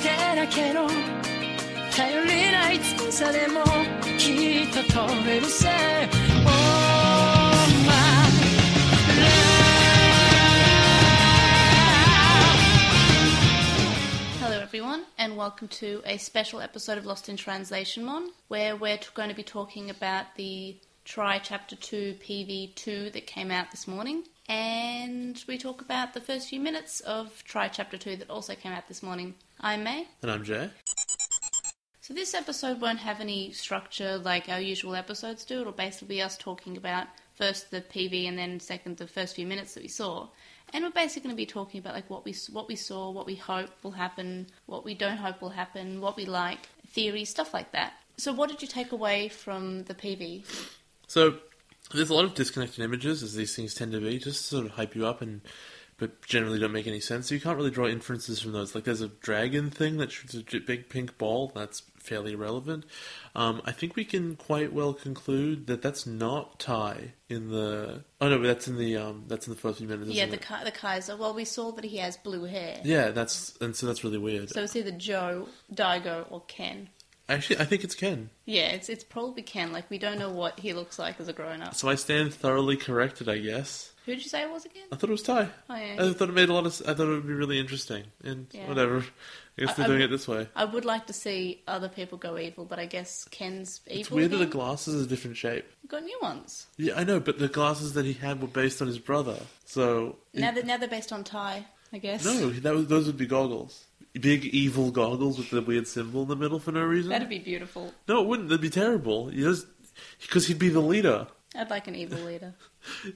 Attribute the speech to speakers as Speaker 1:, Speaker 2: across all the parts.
Speaker 1: けの頼りない強さでもきっと飛べるさ Oh my
Speaker 2: Hello, everyone, and welcome to a special episode of Lost in Translation Mon, where we're t- going to be talking about the Try Chapter 2 PV2 that came out this morning. And we talk about the first few minutes of Try Chapter 2 that also came out this morning. I'm May.
Speaker 3: And I'm Jay.
Speaker 2: So, this episode won't have any structure like our usual episodes do. It'll basically be us talking about first the PV and then second the first few minutes that we saw. And we're basically going to be talking about like what we what we saw, what we hope will happen, what we don't hope will happen, what we like, theories, stuff like that. So, what did you take away from the PV?
Speaker 3: So there's a lot of disconnected images, as these things tend to be, just to sort of hype you up and but generally don't make any sense. So you can't really draw inferences from those. Like there's a dragon thing that shoots a j- big pink ball. That's fairly irrelevant. Um, I think we can quite well conclude that that's not Ty in the. Oh no, but that's in the um, that's in the first few minutes.
Speaker 2: yeah,
Speaker 3: isn't
Speaker 2: the
Speaker 3: it?
Speaker 2: Ki- the Kaiser. Well, we saw that he has blue hair.
Speaker 3: yeah, that's and so that's really weird.
Speaker 2: So it's either Joe, Daigo, or Ken.
Speaker 3: Actually, I think it's Ken.
Speaker 2: Yeah, it's it's probably Ken. Like we don't know what he looks like as a grown up.
Speaker 3: So I stand thoroughly corrected, I guess.
Speaker 2: Who did you say it was again?
Speaker 3: I thought it was Ty.
Speaker 2: Oh, yeah.
Speaker 3: I thought it made a lot of. s- I thought it would be really interesting, and
Speaker 2: Yeah.
Speaker 3: whatever. I guess
Speaker 2: I-
Speaker 3: they're
Speaker 2: I-
Speaker 3: doing it this way.
Speaker 2: I would like to see other people go evil, but I guess Ken's evil.
Speaker 3: It's weird that the
Speaker 2: again.
Speaker 3: glasses is a different shape.
Speaker 2: We've got new ones.
Speaker 3: Yeah, I know, but the glasses that he had were based on his brother. So
Speaker 2: Now they're, now they're based on Thai, I guess.
Speaker 3: no, that was, those would be goggles. Big evil goggles with the weird symbol in the middle for no reason.
Speaker 2: That'd be beautiful.
Speaker 3: no, it wouldn't. That'd be terrible. You just because he'd be the leader.
Speaker 2: I'd like an evil leader.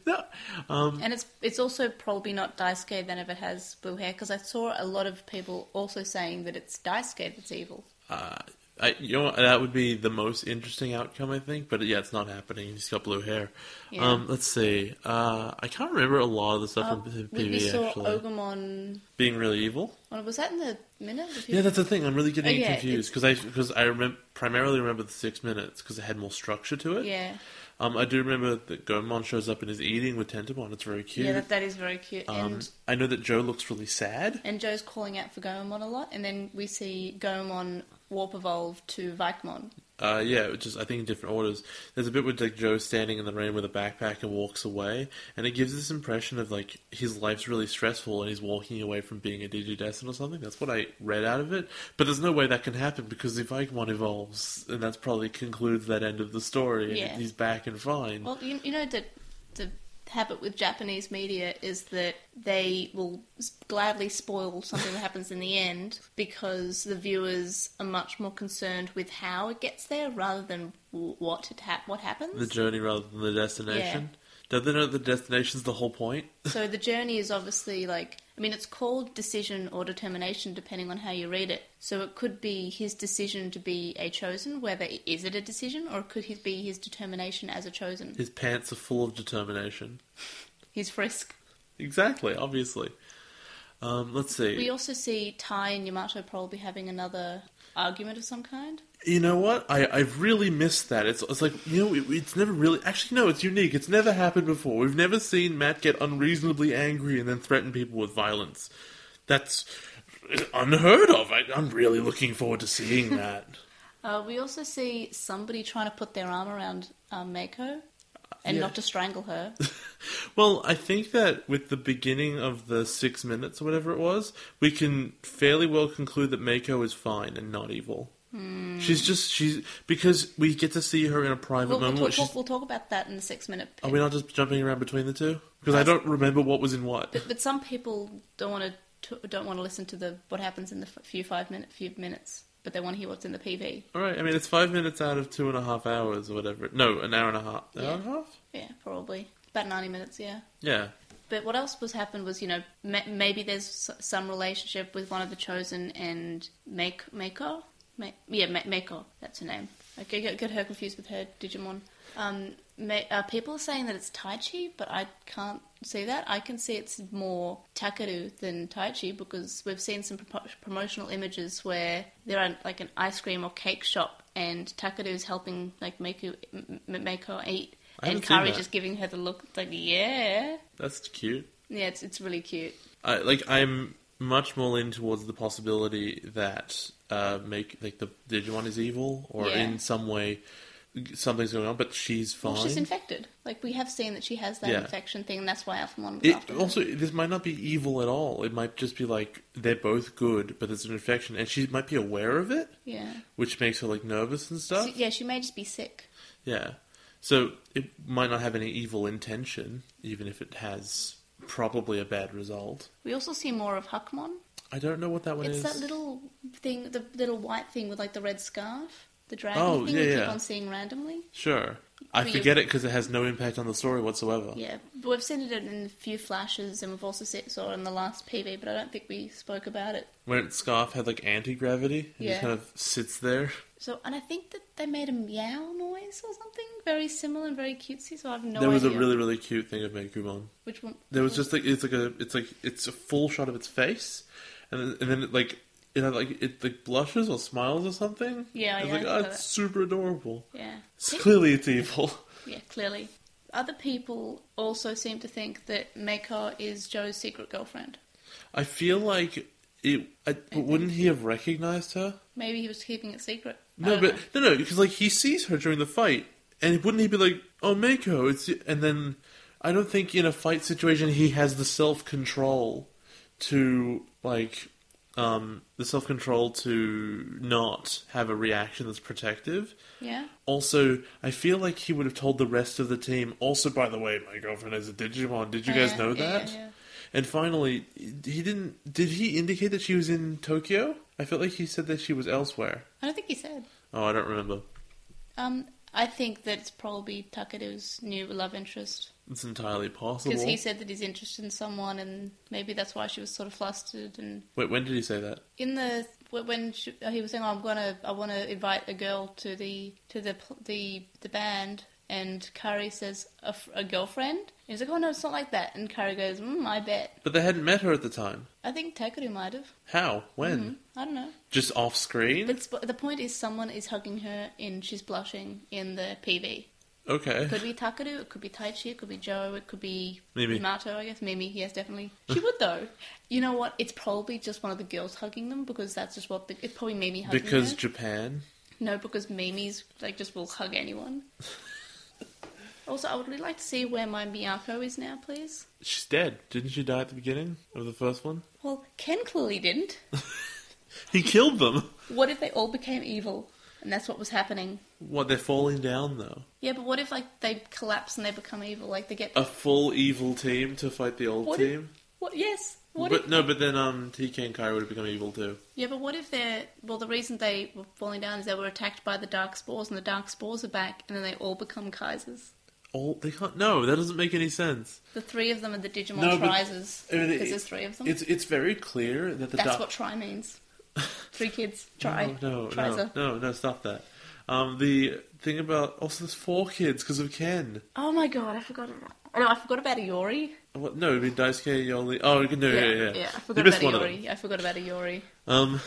Speaker 3: No. Um,
Speaker 2: And it's it's also probably not Daisuke then if it has blue hair, because I saw a lot of people also saying that it's Daisuke that's evil.
Speaker 3: uh, I, you know what, that would be the most interesting outcome, I think. But yeah, it's not happening. He's got blue hair.
Speaker 2: Yeah.
Speaker 3: Um, let's see. Uh, I can't remember a lot of the stuff
Speaker 2: Uh,
Speaker 3: from PV
Speaker 2: we, we saw
Speaker 3: actually
Speaker 2: Ogamon.
Speaker 3: being really evil.
Speaker 2: Well, was that in the minute? If you-
Speaker 3: Yeah, that's the thing. I'm really getting
Speaker 2: Oh, yeah,
Speaker 3: confused because I because I remember primarily remember the six minutes because it had more structure to it.
Speaker 2: Yeah,
Speaker 3: Um, I do remember that Gomon shows up and is eating with Tentamon. It's very cute.
Speaker 2: yeah that, that is very cute.
Speaker 3: um,
Speaker 2: and
Speaker 3: I know that Joe looks really sad.
Speaker 2: and Joe's calling out for Goemon a lot, and then we see Goemon warp evolve to Vikemon.
Speaker 3: Uh, yeah, it just I think in different orders. There's a bit where like Joe's standing in the rain with a backpack and walks away, and it gives this impression of like his life's really stressful and he's walking away from being a digidestin or something. That's what I read out of it. But there's no way that can happen because the Vikemon evolves, and that's probably concludes that end of the story.
Speaker 2: Yeah.
Speaker 3: And he's back and fine.
Speaker 2: Well, you, you know that the habit with Japanese media is that they will s- gladly spoil something that happens in the end because the viewers are much more concerned with how it gets there rather than w- what it hap what
Speaker 3: the
Speaker 2: happens.
Speaker 3: journey rather than the destination. Don't they know the destination's the whole point?
Speaker 2: so the journey is obviously like I mean it's called decision or determination depending on how you read it. So it could be his decision to be a chosen, whether is it a decision, or could his be his determination as a chosen,
Speaker 3: His pants are full of determination.
Speaker 2: his frisk.
Speaker 3: Exactly, obviously. Um, let's see.
Speaker 2: We also see Tai and Yamato probably having another argument of some kind.
Speaker 3: You know what? I I've really missed that. It's it's like you know it, it's never really actually no it's unique. It's never happened before. We've never seen Matt get unreasonably angry and then threaten people with violence. That's unheard of. I, I'm really looking forward to seeing that.
Speaker 2: Uh, we also see somebody trying to put their arm around um, Mako and
Speaker 3: Yeah.
Speaker 2: not to strangle her.
Speaker 3: Well, I think that with the beginning of the six minutes or whatever it was, we can fairly well conclude that Mako is fine and not evil.
Speaker 2: Hmm.
Speaker 3: She's just she's because we get to see her in a private
Speaker 2: we'll, we'll,
Speaker 3: moment.
Speaker 2: talk,
Speaker 3: where she's-
Speaker 2: we'll talk about that in the six minute.
Speaker 3: are we not just jumping around between the two? Because I don't remember what was in what.
Speaker 2: But, but some people don't want to don't want to listen to the what happens in the f- few five minute few minutes, but they want to hear what's in the PV.
Speaker 3: All right, I mean it's five minutes out of two and a half hours or whatever. No, an hour and a half. Hour
Speaker 2: Yeah.
Speaker 3: and a half.
Speaker 2: Yeah, probably about ninety minutes. Yeah.
Speaker 3: Yeah.
Speaker 2: But what else was happened was, you know, ma- maybe there's s- some relationship with one of the chosen and Make Mako. Ma- yeah, Ma- Mako. That's her name. I get, get- get her confused with her Digimon. Um, ma- uh, people are saying that it's Taichi, but I can't see that. I can see it's more Takeru than Taichi because we've seen some pro- promotional images where they're on like an ice cream or cake shop, and Takeru's helping like Mako, M- M- Mako eat,
Speaker 3: I haven't
Speaker 2: and
Speaker 3: seen
Speaker 2: Kari
Speaker 3: that.
Speaker 2: just giving her the look like yeah.
Speaker 3: That's cute.
Speaker 2: Yeah, it's, it's really cute.
Speaker 3: I like I'm much more leaning towards the possibility that uh, make like the Digimon is evil or
Speaker 2: Yeah.
Speaker 3: in some way something's going on, but she's fine.
Speaker 2: Well, she's infected. Like we have seen that she has that
Speaker 3: Yeah.
Speaker 2: infection thing, and that's why Alphamon was
Speaker 3: It
Speaker 2: after her.
Speaker 3: also this might not be evil at all. It might just be like they're both good, but there's an infection, and she might be aware of it,
Speaker 2: Yeah.
Speaker 3: which makes her like nervous and
Speaker 2: So,
Speaker 3: stuff.
Speaker 2: yeah, she may just be sick.
Speaker 3: Yeah, so it might not have any evil intention, even if it has probably a bad result.
Speaker 2: We also see more of Huckmon.
Speaker 3: I don't know what that one
Speaker 2: it's
Speaker 3: is.
Speaker 2: that little thing, the little white thing with like the red scarf, the dragon
Speaker 3: Oh,
Speaker 2: thing
Speaker 3: yeah,
Speaker 2: we keep
Speaker 3: yeah.
Speaker 2: on seeing randomly.
Speaker 3: Sure, I
Speaker 2: But you-
Speaker 3: forget it because it has no impact on the story whatsoever.
Speaker 2: Yeah, but we've seen it in a few flashes, and we've also se- saw it in the last PV, but I don't think we spoke about it.
Speaker 3: When its scarf had like anti gravity, it just
Speaker 2: Yeah.
Speaker 3: kind of sits there.
Speaker 2: So, and I think that they made a meow noise or something very similar and very cutesy. So I have no
Speaker 3: there was
Speaker 2: idea
Speaker 3: a really really cute thing of Megumon.
Speaker 2: which one.
Speaker 3: There was just like it's like a it's like it's a full shot of its face, and then, and then it like you know like it like blushes or smiles or something.
Speaker 2: Yeah,
Speaker 3: it's
Speaker 2: yeah, I
Speaker 3: like oh,
Speaker 2: saw
Speaker 3: it's
Speaker 2: that.
Speaker 3: super adorable.
Speaker 2: yeah,
Speaker 3: It's clearly it's evil.
Speaker 2: yeah, clearly. Other people also seem to think that Mako is Joe's secret girlfriend.
Speaker 3: I feel like it. I, but wouldn't he have recognized her?
Speaker 2: Maybe he was keeping it secret. I
Speaker 3: No,
Speaker 2: don't
Speaker 3: but
Speaker 2: know.
Speaker 3: no, no, because like he sees her during the fight, and wouldn't he be like, "Oh, Mako," it's and then I don't think in a fight situation he has the self control to like um the self control to not have a reaction that's protective.
Speaker 2: yeah.
Speaker 3: Also, I feel like he would have told the rest of the team. Also, by the way, my girlfriend is a Digimon. Did you
Speaker 2: Oh,
Speaker 3: guys
Speaker 2: yeah,
Speaker 3: know
Speaker 2: yeah,
Speaker 3: that?
Speaker 2: yeah, yeah.
Speaker 3: And finally, he didn't. Did he indicate that she was in Tokyo? I felt like he said that she was elsewhere.
Speaker 2: I don't think he said.
Speaker 3: Oh, I don't remember.
Speaker 2: Um, I think that it's probably Takeru's new love interest
Speaker 3: It's entirely possible.
Speaker 2: because he said that he's interested in someone, and maybe that's why she was sort of flustered. And
Speaker 3: Wait, when did he say that?
Speaker 2: in the when she, he was saying, oh, "I'm gonna, I want to invite a girl to the to the pl- the the band," and Kari says, "A, f- a girlfriend." And he's like, "Oh no, it's not like that." And Kari goes, mm, "I bet."
Speaker 3: But they hadn't met her at the time.
Speaker 2: I think Takeru might have.
Speaker 3: How? When?
Speaker 2: Mm, I don't know.
Speaker 3: Just off screen?
Speaker 2: But sp- the point is, someone is hugging her, and she's blushing in the PV.
Speaker 3: okay.
Speaker 2: Could be Takeru, it could be Taichi, it could be Joe, it could be
Speaker 3: Mimi.
Speaker 2: Mato, I guess. Mimi, yes, definitely. She would, though. You know what? It's probably just one of the girls hugging them because that's just what. The, it's probably Mimi hugging
Speaker 3: Because
Speaker 2: her.
Speaker 3: Japan?
Speaker 2: No, because Mimi's, like, just will hug anyone. also, I would really like to see where my Miyako is now, please.
Speaker 3: She's dead. Didn't she die at the beginning of the first one?
Speaker 2: Well, Ken clearly didn't.
Speaker 3: He killed them!
Speaker 2: What if they all became evil? And that's what was happening.
Speaker 3: What, they're falling down though?
Speaker 2: Yeah, but what if, like, they collapse and they become evil? Like, they get.
Speaker 3: A full evil team to fight the old
Speaker 2: what
Speaker 3: team?
Speaker 2: If, what, yes. What
Speaker 3: but
Speaker 2: if
Speaker 3: no, but then um, TK and Kai would have become evil too.
Speaker 2: Yeah, but what if they're well? The reason they were falling down is they were attacked by the dark spores, and the dark spores are back, and then they all become kaisers.
Speaker 3: All they can't. No, that doesn't make any sense.
Speaker 2: The three of them are the Digimon
Speaker 3: No, but-
Speaker 2: Trizers.
Speaker 3: I mean, it-
Speaker 2: because there's three of them.
Speaker 3: It's it's very clear that the
Speaker 2: That's
Speaker 3: dark-
Speaker 2: what try means. Three kids try.
Speaker 3: No, no,
Speaker 2: Trizer.
Speaker 3: no, no, no, stop that. Um, the thing about also there's four kids because of Ken.
Speaker 2: Oh my god, I forgot about. No, I forgot about Iori.
Speaker 3: What? No, I mean Daisuke Yoli. Oh no, yeah, yeah, yeah.
Speaker 2: I
Speaker 3: you
Speaker 2: forgot
Speaker 3: missed
Speaker 2: about
Speaker 3: one of them.
Speaker 2: Iori. I forgot about Iori.
Speaker 3: Um,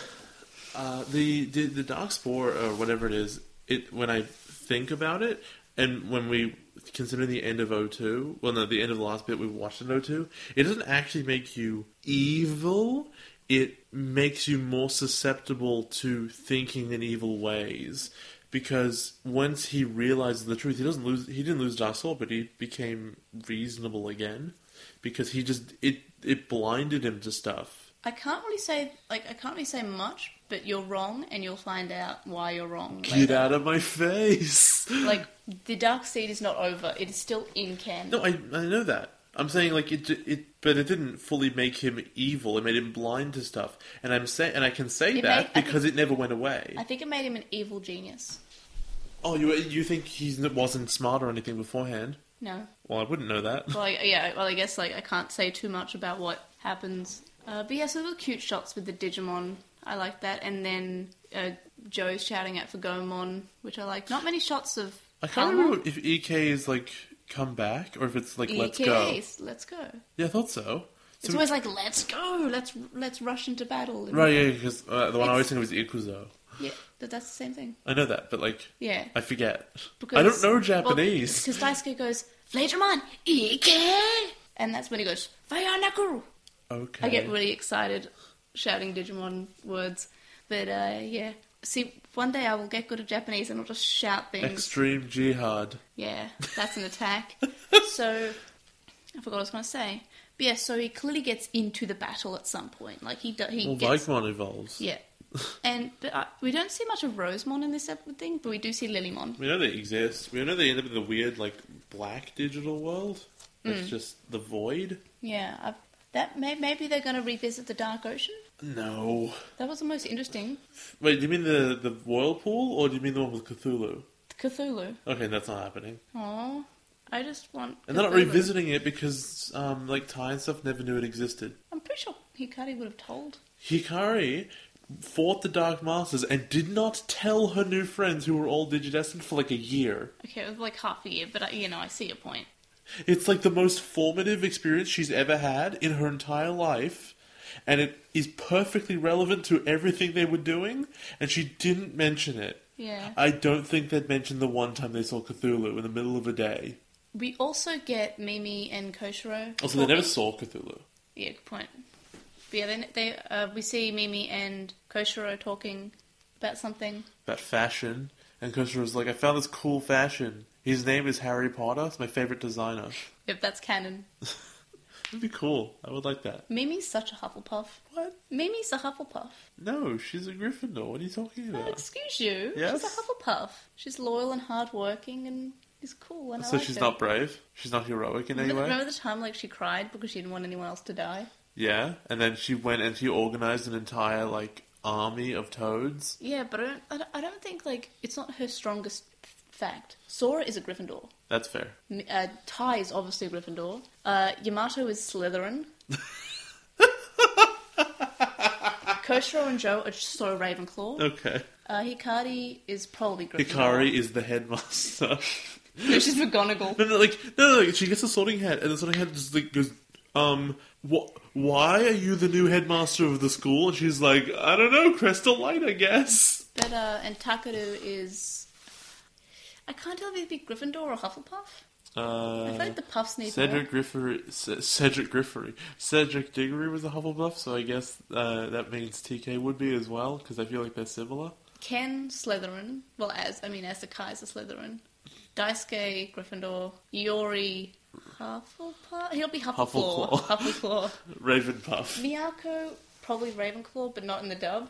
Speaker 3: uh, the the the dark spore or whatever it is. It when I think about it, and when we consider the end of O2, well, no, the end of the last bit we watched in O2, it doesn't actually make you evil. It makes you more susceptible to thinking in evil ways. Because once he realizes the truth, he doesn't lose. He didn't lose Dark Soul, but he became reasonable again, because he just it it blinded him to stuff.
Speaker 2: I can't really say like I can't really say much, but you're wrong, and you'll find out why you're wrong.
Speaker 3: Get
Speaker 2: later.
Speaker 3: out of my face!
Speaker 2: Like the dark seed is not over; it is still in Ken.
Speaker 3: No, I I know that. I'm saying like it it, but it didn't fully make him evil. It made him blind to stuff, and I'm say and I can say
Speaker 2: It
Speaker 3: that
Speaker 2: made- I
Speaker 3: because it never went away.
Speaker 2: I think it made him an evil genius.
Speaker 3: oh, you you think he wasn't smart or anything beforehand?
Speaker 2: No.
Speaker 3: Well, I wouldn't know that.
Speaker 2: Well, I, yeah. Well, I guess like I can't say too much about what happens. Uh, but yeah, so little cute shots with the Digimon. I like that, and then uh, Joe's shouting out for Gomon, which I like. Not many shots of.
Speaker 3: I can't remember if EK is like come back or if it's like let's go.
Speaker 2: EKAs. Let's go.
Speaker 3: Yeah, I thought so.
Speaker 2: E It's
Speaker 3: So-
Speaker 2: always like let's go. Let's let's rush into battle.
Speaker 3: right, yeah, because uh, the one I always
Speaker 2: It's-
Speaker 3: think was Ikuzo.
Speaker 2: Yeah, but that's the same thing.
Speaker 3: I know that, but like
Speaker 2: Yeah.
Speaker 3: I forget. I don't know Japanese.
Speaker 2: Because Daisuke goes, Flagerman, Ike! And that's when he goes, Fire Nakuru!
Speaker 3: Okay.
Speaker 2: I get really excited shouting Digimon words. But uh, yeah. See, one day I will get good at Japanese and I'll just shout things.
Speaker 3: Extreme jihad.
Speaker 2: Yeah, that's an attack. so I forgot what I was going to say. But yeah, so he clearly gets into the battle at some point. Like he do, he
Speaker 3: Well,
Speaker 2: gets
Speaker 3: Vikemon evolves.
Speaker 2: yeah. And but uh, we don't see much of Rosemon in this episode thing, but we do see Lilymon.
Speaker 3: We know they exist. We know they end up in the weird, like, black digital world.
Speaker 2: Mm.
Speaker 3: It's just the void.
Speaker 2: Yeah, i that may, maybe they're going to revisit the Dark Ocean.
Speaker 3: No.
Speaker 2: That was the most interesting.
Speaker 3: Wait, do you mean the, the whirlpool, or do you mean the one with Cthulhu?
Speaker 2: Cthulhu.
Speaker 3: Okay, that's not happening.
Speaker 2: Oh, I just want.
Speaker 3: And they're not
Speaker 2: Cthulhu.
Speaker 3: revisiting it because, um, like, Ty and stuff never knew it existed.
Speaker 2: I'm pretty sure Hikari would have told.
Speaker 3: Hikari fought the Dark Masters and did not tell her new friends who were all digidestined for like a year.
Speaker 2: Okay, it was like half a year, but I, you know, I see your point.
Speaker 3: It's like the most formative experience she's ever had in her entire life, and it is perfectly relevant to everything they were doing, and she didn't mention it.
Speaker 2: Yeah.
Speaker 3: I don't think they'd mentioned the one time they saw Cthulhu in the middle of a day.
Speaker 2: We also get Mimi and Koshiro.
Speaker 3: Also, they never
Speaker 2: talking.
Speaker 3: saw Cthulhu.
Speaker 2: Yeah, good point. But yeah, then they uh, we see Mimi and Koshiro talking about something.
Speaker 3: About fashion, and Kushner was like, I found this cool fashion. His name is Harry Potter, it's my favorite designer.
Speaker 2: If that's canon,
Speaker 3: It'd be cool. I would like that.
Speaker 2: Mimi's such a Hufflepuff.
Speaker 3: What?
Speaker 2: Mimi's a Hufflepuff.
Speaker 3: No, she's a Gryffindor. What are you talking
Speaker 2: Oh,
Speaker 3: about?
Speaker 2: excuse you.
Speaker 3: Yes?
Speaker 2: She's a Hufflepuff. She's loyal and hardworking and is cool. And I
Speaker 3: so
Speaker 2: like
Speaker 3: she's
Speaker 2: her.
Speaker 3: not brave. She's not heroic in any
Speaker 2: Remember-
Speaker 3: way.
Speaker 2: Remember the time like she cried because she didn't want anyone else to die?
Speaker 3: Yeah, and then she went and she organized an entire like army of toads.
Speaker 2: Yeah, but I don't. I don't, I don't think like it's not her strongest f- fact. Sora is a Gryffindor.
Speaker 3: That's fair.
Speaker 2: M- Uh, Ty is obviously Gryffindor. Uh, Yamato is Slytherin. Koshiro and Joe are so Ravenclaw.
Speaker 3: Okay.
Speaker 2: Uh, Hikari is probably Gryffindor.
Speaker 3: Hikari is the headmaster.
Speaker 2: No, she's McGonagall.
Speaker 3: no, no, like no, no, like, she gets a sorting hat, and the sorting hat just like goes, um, what? Why are you the new headmaster of the school? And she's like, I don't know, Crystal Light, I guess.
Speaker 2: But, uh, and Takaru is... I can't tell if he'd be Gryffindor or Hufflepuff.
Speaker 3: Uh,
Speaker 2: I feel like the Puffs need
Speaker 3: Cedric
Speaker 2: more.
Speaker 3: Griffery, C- Cedric Griffery, Cedric Diggory was a Hufflepuff, so I guess uh, that means TK would be as well because I feel like they're similar.
Speaker 2: Ken, Slytherin. Well, as, I mean, as the Kaiser, Slytherin. Daisuke, Gryffindor. Yori, Hufflepuff? He'll be Huffleclaw.
Speaker 3: Huffleclaw.
Speaker 2: Huffleclaw.
Speaker 3: Ravenpuff.
Speaker 2: Miyako, probably Ravenclaw, but not in the dub.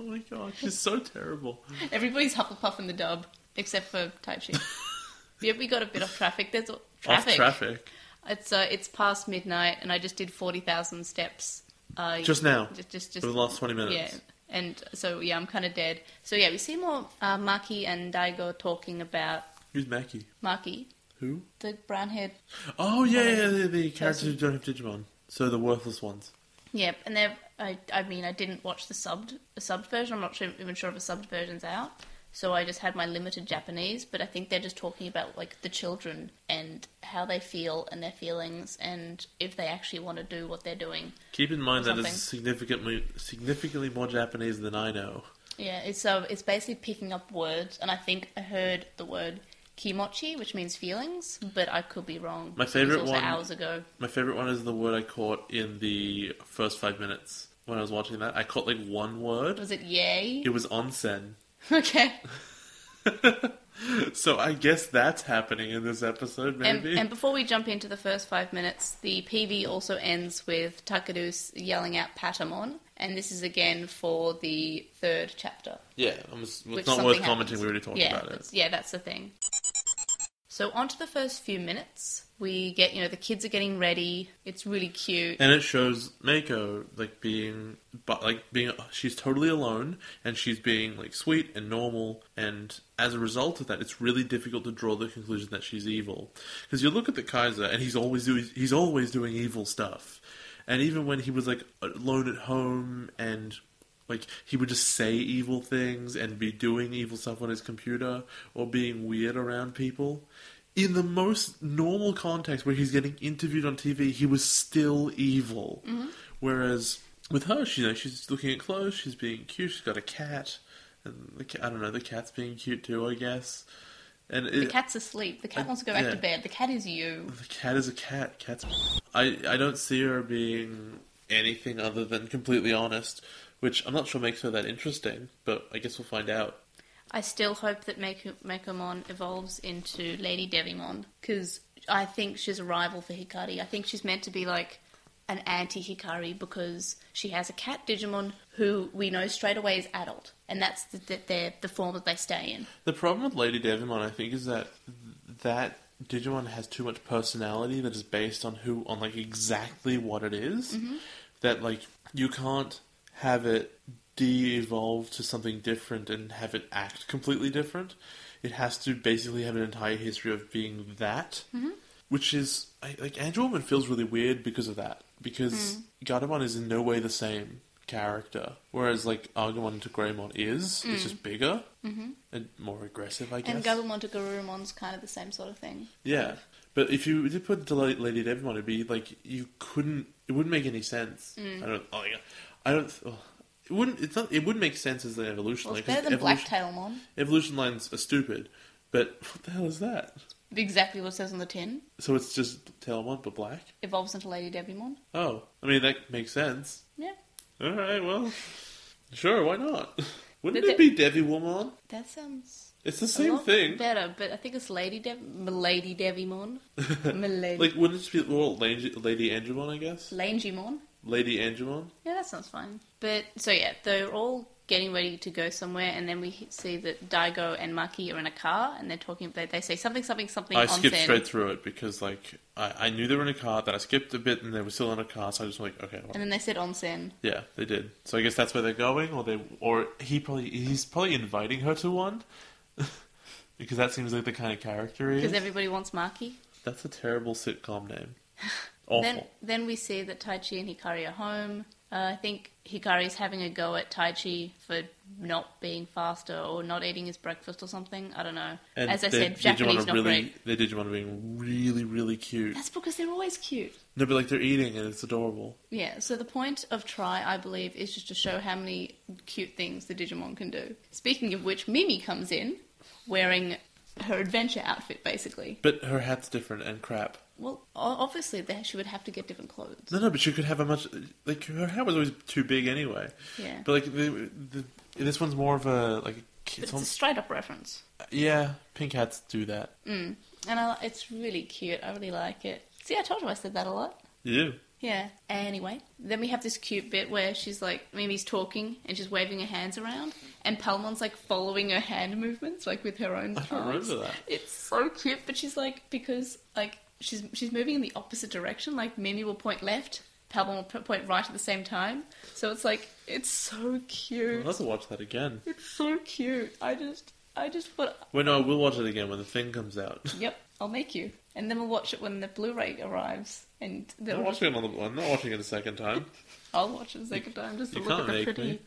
Speaker 3: Oh my god, she's so terrible.
Speaker 2: Everybody's Hufflepuff in the dub, except for Taichi. yeah, we got a bit off traffic. There's a- traffic.
Speaker 3: Off traffic.
Speaker 2: It's uh, it's past midnight, and I just did forty thousand steps. Uh,
Speaker 3: Just now?
Speaker 2: Just, just, just
Speaker 3: For the last 20 minutes?
Speaker 2: Yeah. And so yeah, I'm kind of dead. So yeah, we see more uh, Maki and Daigo talking about
Speaker 3: Who's Mackie?
Speaker 2: Maki,
Speaker 3: Who?
Speaker 2: the brown-haired
Speaker 3: Oh yeah, yeah, the, the characters who
Speaker 2: Person.
Speaker 3: don't have Digimon, so the worthless ones.
Speaker 2: Yep, and they're. I, I mean, I didn't watch the subbed the subbed version. I'm not sure, even sure if a subbed version's out. So I just had my limited Japanese, but I think they're just talking about like the children and how they feel and their feelings and if they actually want to do what they're doing.
Speaker 3: Keep in mind that
Speaker 2: Something.
Speaker 3: is significantly significantly more Japanese than I know.
Speaker 2: Yeah, it's so it's basically picking up words, and I think I heard the word kimochi, which means feelings, but I could be wrong.
Speaker 3: My
Speaker 2: It was
Speaker 3: favourite
Speaker 2: also
Speaker 3: one-
Speaker 2: hours ago.
Speaker 3: My favorite one is the word I caught in the first five minutes when I was watching that. I caught like one word.
Speaker 2: Was it yay?
Speaker 3: It was onsen.
Speaker 2: okay.
Speaker 3: So I guess that's happening in this episode,
Speaker 2: And,
Speaker 3: maybe.
Speaker 2: and before we jump into the first five minutes, the PV also ends with Takeru's yelling out Patamon, and this is again for the third chapter.
Speaker 3: yeah, I'm just,
Speaker 2: which
Speaker 3: it's not worth
Speaker 2: something
Speaker 3: commenting.
Speaker 2: happens.
Speaker 3: We already talked
Speaker 2: yeah,
Speaker 3: about it.
Speaker 2: that's- Yeah, that's the thing. So on to the first few minutes. We get, you know, the kids are getting ready. It's really cute.
Speaker 3: and it shows Mako like being, but like being, she's totally alone, and she's being like sweet and normal, and as a result of that, it's really difficult to draw the conclusion that she's evil, because you look at the Kaiser, and he's always doing, he's always doing evil stuff, and even when he was like alone at home and. Like he would just say evil things and be doing evil stuff on his computer or being weird around people. In the most normal context where he's getting interviewed on TV, he was still evil.
Speaker 2: Mm-hmm.
Speaker 3: Whereas with her, she, you know, she's looking at clothes, she's being cute, she's got a cat, and the ca- I don't know, the cat's being cute too, I guess. And it,
Speaker 2: the cat's asleep. The cat
Speaker 3: I-
Speaker 2: wants to go back
Speaker 3: yeah.
Speaker 2: to bed. The cat is you.
Speaker 3: the cat is a cat. Cats. I I don't see her being anything other than completely honest, which I'm not sure makes her that interesting, but I guess we'll find out.
Speaker 2: I still hope that Mako- Makomon evolves into Lady Devimon because I think she's a rival for Hikari. I think she's meant to be like an anti Hikari because she has a cat Digimon who we know straight away is adult, and that's the, the, the, the form that they stay in.
Speaker 3: The problem with Lady Devimon, I think, is that that Digimon has too much personality that is based on who, on like exactly what it is. That like you can't have it de-evolve to something different and have it act completely different. It has to basically have an entire history of being that, which is I, like Angel Woman feels really weird because of that. Because Gardamon is in no way the same character, whereas like Agumon to Greymon is. It's just bigger and more aggressive, I guess.
Speaker 2: And Gabumon to Garurumon's kind of the same sort of thing.
Speaker 3: Yeah, but if you did put the La- Lady Devimon, it'd be like you couldn't. It wouldn't make any sense.
Speaker 2: Mm.
Speaker 3: I don't. Oh, yeah. I don't. Oh, it wouldn't. It's not. It would make sense as an evolution.
Speaker 2: Well,
Speaker 3: line,
Speaker 2: it's
Speaker 3: 'cause
Speaker 2: better than
Speaker 3: evolution,
Speaker 2: Blacktailmon.
Speaker 3: Evolution lines are stupid, but what the hell is that?
Speaker 2: Exactly what it says on the tin.
Speaker 3: So it's just Tailmon but black.
Speaker 2: Evolves into Lady Devimon.
Speaker 3: Oh, I mean that makes sense.
Speaker 2: Yeah.
Speaker 3: All right, well, sure. Why not? Wouldn't
Speaker 2: But
Speaker 3: it be Devimon?
Speaker 2: That sounds
Speaker 3: It's the
Speaker 2: a
Speaker 3: same
Speaker 2: lot
Speaker 3: thing.
Speaker 2: better, but I think it's Lady Dev Milady Devimon. Milady
Speaker 3: Like, wouldn't it just be well, Lady, Lady Angemon, I guess?
Speaker 2: Langymon.
Speaker 3: Lady Angemon?
Speaker 2: Yeah, that sounds fine. But so yeah, they're all getting ready to go somewhere, and then we he- see that Daigo and Maki are in a car, and they're talking. They, they say something, something, something.
Speaker 3: I
Speaker 2: onsen.
Speaker 3: skipped straight through it because like I, I knew they were in a car, then I skipped a bit and they were still in a car, so I just like okay, well,
Speaker 2: And then they said onsen.
Speaker 3: yeah, they did. So I guess that's where they're going, or they or he probably he's probably inviting her to one because that seems like the kind of character he is.
Speaker 2: Because everybody wants Maki.
Speaker 3: That's a terrible sitcom name. Awful.
Speaker 2: Then, then we see that Taichi and Hikari are home. Uh, I think Hikari's having a go at Taichi for not being faster or not eating his breakfast or something. I don't know.
Speaker 3: and
Speaker 2: As I
Speaker 3: their
Speaker 2: said, Japanese
Speaker 3: are
Speaker 2: not
Speaker 3: really,
Speaker 2: great.
Speaker 3: Their Digimon are being really, really cute.
Speaker 2: That's because they're always cute.
Speaker 3: No, but like they're eating and it's adorable.
Speaker 2: Yeah, so the point of try, I believe, is just to show how many cute things the Digimon can do. Speaking of which, Mimi comes in wearing her adventure outfit, basically.
Speaker 3: But her hat's different and crap.
Speaker 2: Well, o- obviously, they- she would have to get different clothes.
Speaker 3: No, no, but she could have a much like her hair was always too big anyway.
Speaker 2: Yeah.
Speaker 3: But like the, the this one's more of a
Speaker 2: But
Speaker 3: like it's
Speaker 2: it's a
Speaker 3: almost,
Speaker 2: straight up reference.
Speaker 3: yeah, pink hats do that.
Speaker 2: And I, it's really cute. I really like it. See, I told you I said that a lot.
Speaker 3: Yeah.
Speaker 2: Yeah. Anyway, then we have this cute bit where she's like, Mimi's talking and she's waving her hands around, and Palmon's like following her hand movements, like with her own.
Speaker 3: I don't
Speaker 2: arms.
Speaker 3: remember that.
Speaker 2: Oh, It's so cute, but she's like because like she's she's moving in the opposite direction. Like Mimi will point left, Palmon will p- point right at the same time. So it's like it's so
Speaker 3: I'll
Speaker 2: cute.
Speaker 3: have to watch that again.
Speaker 2: It's so cute. I just I just put
Speaker 3: Well, no, I will watch it again when the thing comes out.
Speaker 2: Yep, I'll make you. And then we'll watch it when the Blu-ray arrives. And then
Speaker 3: I'm
Speaker 2: we'll watch
Speaker 3: watching it on the, I'm not watching it a second time.
Speaker 2: I'll watch it a second time just to
Speaker 3: you
Speaker 2: look
Speaker 3: can't
Speaker 2: at the
Speaker 3: make
Speaker 2: pretty
Speaker 3: me.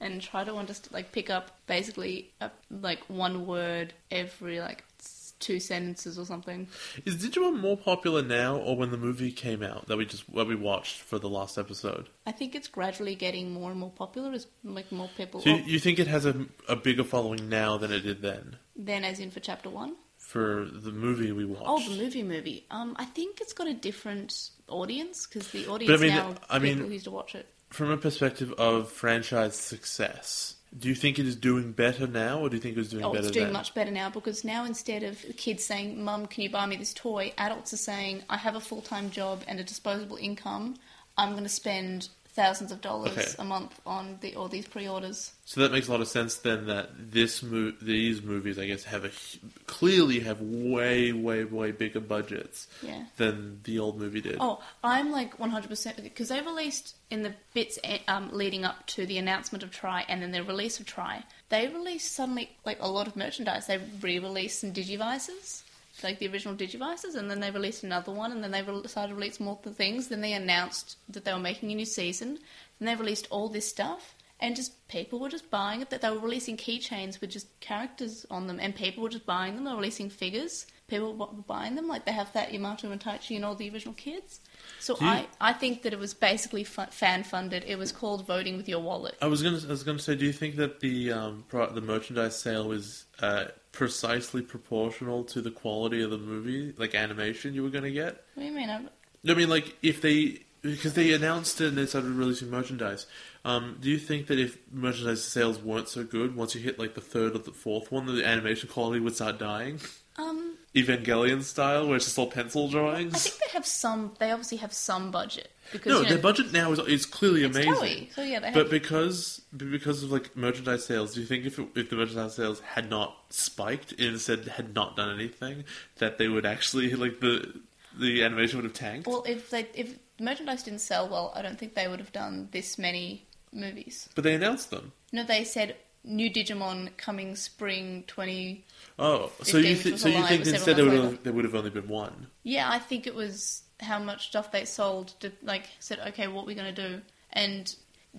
Speaker 2: and try to understand, like pick up basically uh like one word every like s- two sentences or something.
Speaker 3: Is Digimon more popular now or when the movie came out that we just that we watched for the last episode?
Speaker 2: I think it's gradually getting more and more popular as like more people.
Speaker 3: So you,
Speaker 2: oh,
Speaker 3: you think it has a, a bigger following now than it did then
Speaker 2: then, as in for chapter one.
Speaker 3: for the movie we watched?
Speaker 2: Oh, the movie, movie. Um, I think it's got a different audience because the audience
Speaker 3: mean,
Speaker 2: now
Speaker 3: I mean-
Speaker 2: people who used to watch it.
Speaker 3: from a perspective of franchise success, do you think it is doing better now, or do you think it was doing
Speaker 2: Oh,
Speaker 3: better
Speaker 2: it's doing
Speaker 3: then?
Speaker 2: much better now because now instead of kids saying, Mum, can you buy me this toy? Adults are saying, I have a full time job and a disposable income. I'm going to spend thousands of dollars
Speaker 3: Okay.
Speaker 2: a month on the, all these pre orders.
Speaker 3: So that makes a lot of sense then. That this mo- these movies, I guess, have a hu- clearly have way, way, way bigger budgets
Speaker 2: Yeah.
Speaker 3: than the old movie did.
Speaker 2: Oh, I'm like 100% because they released in the bits eh, um, leading up to the announcement of Try and then the release of Try, they released suddenly like a lot of merchandise. They re released some Digivices, like the original Digivices, and then they released another one, and then they re- started to release more th- things. Then they announced that they were making a new season, then they released all this stuff. And just people were just buying it. That they were releasing keychains with just characters on them, and people were just buying them. They were releasing figures. People were bu- buying them. Like they have that Yamato and Taichi and all the original kids. So
Speaker 3: you-
Speaker 2: I, I think that it was basically fu- fan funded. It was called voting with your wallet.
Speaker 3: I was gonna, I was gonna say, do you think that the um, pro- the merchandise sale was uh, precisely proportional to the quality of the movie, like animation you were gonna get?
Speaker 2: What do you mean? I'm,
Speaker 3: I mean, like if they because they announced it and they started releasing merchandise. Um, do you think that if merchandise sales weren't so good, once you hit like the third or the fourth one, that the animation quality would start dying?
Speaker 2: Um,
Speaker 3: Evangelion style, where it's just all pencil
Speaker 2: I
Speaker 3: drawings.
Speaker 2: think they have some. They obviously have some budget because
Speaker 3: No,
Speaker 2: you know,
Speaker 3: their budget now is, is clearly
Speaker 2: it's
Speaker 3: amazing.
Speaker 2: Toei, so yeah, they have.
Speaker 3: But because but because of like merchandise sales, do you think if it, if the merchandise sales had not spiked and instead had not done anything, that they would actually like the the animation would have tanked?
Speaker 2: well, if they if merchandise didn't sell well, I don't think they would have done this many movies.
Speaker 3: But they announced them.
Speaker 2: No, they said new Digimon coming spring twenty.
Speaker 3: Oh, so you
Speaker 2: games
Speaker 3: thi-
Speaker 2: was
Speaker 3: so
Speaker 2: a
Speaker 3: you
Speaker 2: lie, it
Speaker 3: think
Speaker 2: was
Speaker 3: instead there
Speaker 2: several
Speaker 3: would
Speaker 2: months
Speaker 3: have, there would have only been one?
Speaker 2: Yeah, I think it was how much stuff they sold. To, like said, okay, what we're going to do, and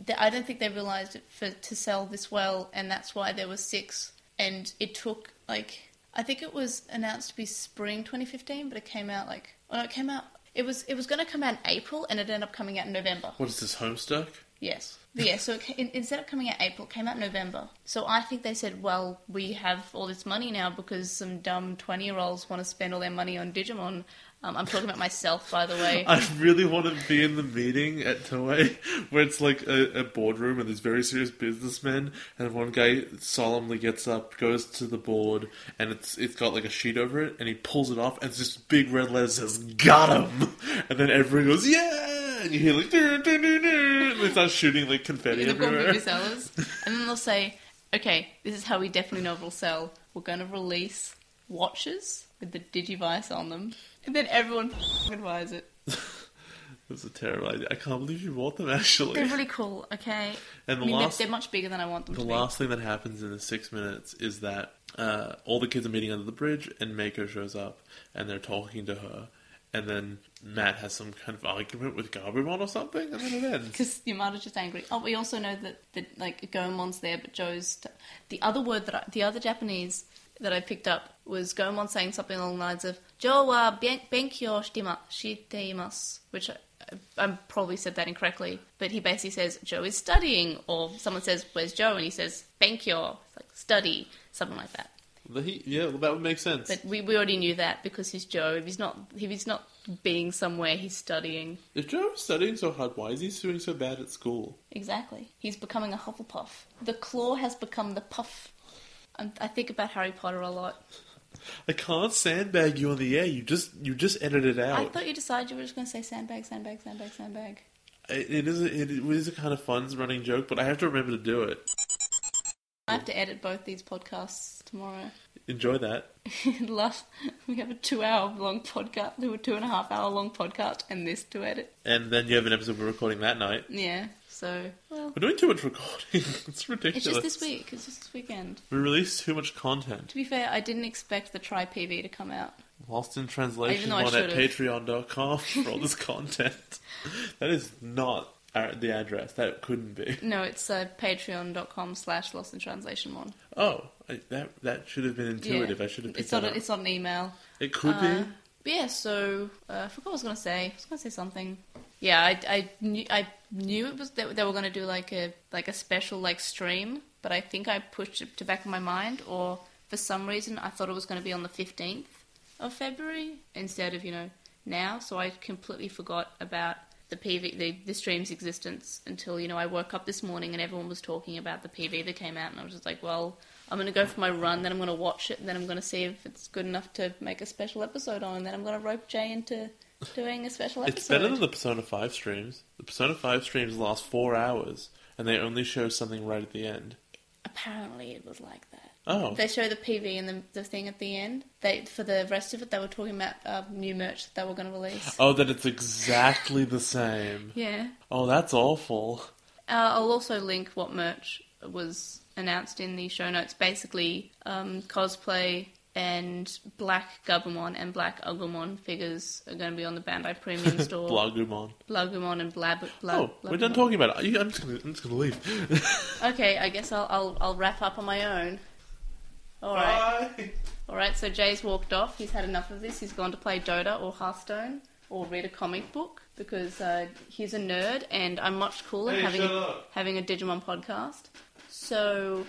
Speaker 2: th I don't think they realized it for to sell this well, and that's why there was six. And it took like I think it was announced to be spring 2015, but it came out like oh no, it came out. It was it was going to come out in April, and it ended up coming out in November.
Speaker 3: What is this Homestuck?
Speaker 2: Yes. But yeah, so it ca- in, instead of coming out April, it came out November. So I think they said, well, we have all this money now because some dumb 20 year olds want to spend all their money on Digimon. Um, I'm talking about myself, by the way.
Speaker 3: I really want to be in the meeting at Toei where it's like a, a boardroom and there's very serious businessmen and one guy solemnly gets up, goes to the board, and it's it's got like a sheet over it, and he pulls it off and it's just big red letters says "Got him," and then everyone goes "Yeah," and you hear like "Doo, doo, doo, doo," and they start shooting like confetti
Speaker 2: They've got
Speaker 3: everywhere.
Speaker 2: movie sellers. And then they'll say, okay, this is how we definitely know it'll sell. We're going to release watches with the Digivice on them. And then everyone f***ing buys it.
Speaker 3: That's a terrible idea. I can't believe you bought them actually.
Speaker 2: They're really cool, okay?
Speaker 3: And the
Speaker 2: I mean, they're-
Speaker 3: last-
Speaker 2: they're, much bigger than I want them
Speaker 3: The
Speaker 2: to
Speaker 3: last thing that happens in the six minutes is that uh, all the kids are meeting under the bridge, and Mako shows up, and they're talking to her, and then Matt has some kind of argument with Gabumon or something, and then it ends.
Speaker 2: Because Yamada's just angry. Oh, we also know that, that like Goemon's there, but Joe's. T- the other word that I, the other Japanese that I picked up was Goemon saying something along the lines of Joe wa ben- benkyo shitema- shiteimasu, which I, I probably said that incorrectly, but he basically says Joe is studying, or someone says Where's Joe, and he says benkyo, it's like study, something like that.
Speaker 3: The he- yeah, well, that would make sense.
Speaker 2: But we, we already knew that because he's Joe. If he's not if he's not being somewhere, he's studying.
Speaker 3: if Joe was studying so hard, why is he doing so bad at school?
Speaker 2: Exactly. He's becoming a Hufflepuff. The claw has become the puff. i I think about Harry Potter a lot.
Speaker 3: I can't sandbag you on the air. You just you just edit it
Speaker 2: I
Speaker 3: out.
Speaker 2: thought you decided you were just going to say sandbag, sandbag, sandbag, sandbag.
Speaker 3: It- it is a, it is a kind of fun running joke, but I have to remember to do it.
Speaker 2: I have to edit both these podcasts tomorrow.
Speaker 3: Enjoy that.
Speaker 2: Last, we have a two-hour-long podcast, a two-and-a-half-hour-long podcast, and this to edit.
Speaker 3: And then you have an episode we're recording that night.
Speaker 2: Yeah. So, well,
Speaker 3: We're doing too much recording. it's ridiculous.
Speaker 2: it's just this week. It's just this weekend.
Speaker 3: We release too much content.
Speaker 2: To be fair, I didn't expect the Try PV to come out.
Speaker 3: Lost in
Speaker 2: Even
Speaker 3: translation
Speaker 2: though I
Speaker 3: on at
Speaker 2: should've.
Speaker 3: patreon.com for all this content. That is not our, the address. That couldn't be.
Speaker 2: No, it's uh, patreon.com slash lost in translation one.
Speaker 3: Oh, I, that that should have been
Speaker 2: Yeah.
Speaker 3: intuitive. I should have picked
Speaker 2: It's not.
Speaker 3: that
Speaker 2: A,
Speaker 3: up.
Speaker 2: it's not an email.
Speaker 3: It could
Speaker 2: Uh,
Speaker 3: be.
Speaker 2: but yeah, so uh, I forgot what I was gonna say. I was gonna say something. Yeah, I, I knew I knew it was that they were gonna do like a like a special like stream, but I think I pushed it to back of my mind, or for some reason I thought it was gonna be on the fifteenth of February instead of you know now. So I completely forgot about the PV the, the stream's existence until you know I woke up this morning and everyone was talking about the PV that came out, and I was just like, well, I'm gonna go for my run, then I'm gonna watch it, and then I'm gonna see if it's good enough to make a special episode on, and then I'm gonna rope Jay into doing a special episode.
Speaker 3: It's better than the Persona 5 streams. The Persona 5 streams last four hours, and they only show something right at the end.
Speaker 2: Apparently, it was like that.
Speaker 3: Oh,
Speaker 2: They show the PV and the, the thing at the end. They for the rest of it, they were talking about uh, new merch that they were going to release.
Speaker 3: oh, that it's exactly the same.
Speaker 2: Yeah.
Speaker 3: Oh, that's awful.
Speaker 2: Uh, I'll also link what merch was announced in the show notes. Basically, um, cosplay and black Gabumon and black Agumon figures are going to be on the Bandai Premium Store.
Speaker 3: Blagumon.
Speaker 2: Blagumon and Blab. Blab
Speaker 3: Oh, we're done
Speaker 2: Blabumon.
Speaker 3: talking about it. You- I'm just gonna, I'm just gonna leave.
Speaker 2: Okay, I guess I'll, I'll I'll wrap up on my own. All right,
Speaker 3: Bye.
Speaker 2: all right. So Jay's walked off. He's had enough of this. He's gone to play Dota or Hearthstone or read a comic book because uh, he's a nerd and I'm much cooler
Speaker 3: Hey,
Speaker 2: having
Speaker 3: shut up.
Speaker 2: having a Digimon podcast. So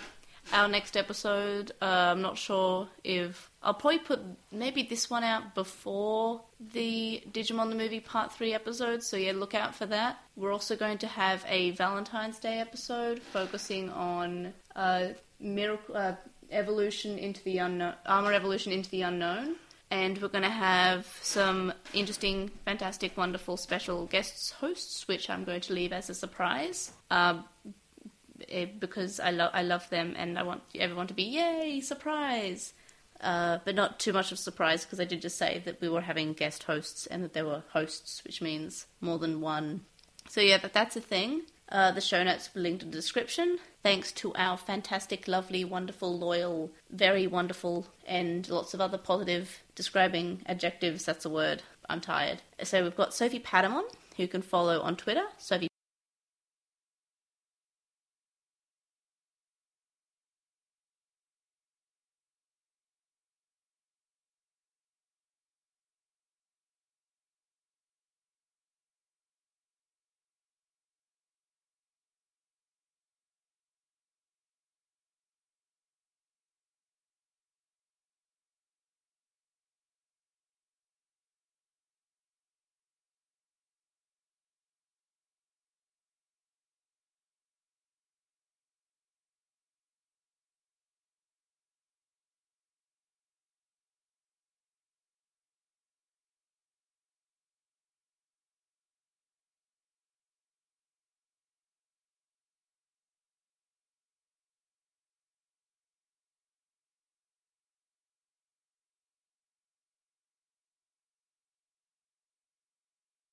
Speaker 2: our next episode. Uh, I'm not sure if I'll probably put maybe this one out before the Digimon the Movie Part 3 episode, so yeah, look out for that. We're also going to have a Valentine's Day episode focusing on uh, miracle uh, evolution into the unknown, armor evolution into the unknown. And we're going to have some interesting, fantastic, wonderful special guests hosts, which I'm going to leave as a surprise. Um, eh, because I love I love them and I want everyone to be yay surprise, uh, but not too much of surprise because I did just say that we were having guest hosts and that there were hosts, which means more than one. So yeah, that, that's a thing. Uh, the show notes are linked in the description. Thanks to our fantastic, lovely, wonderful, loyal, very wonderful, and lots of other positive describing adjectives. That's a word. I'm tired. So we've got Sophie Padamon, who you can follow on Twitter, Sophie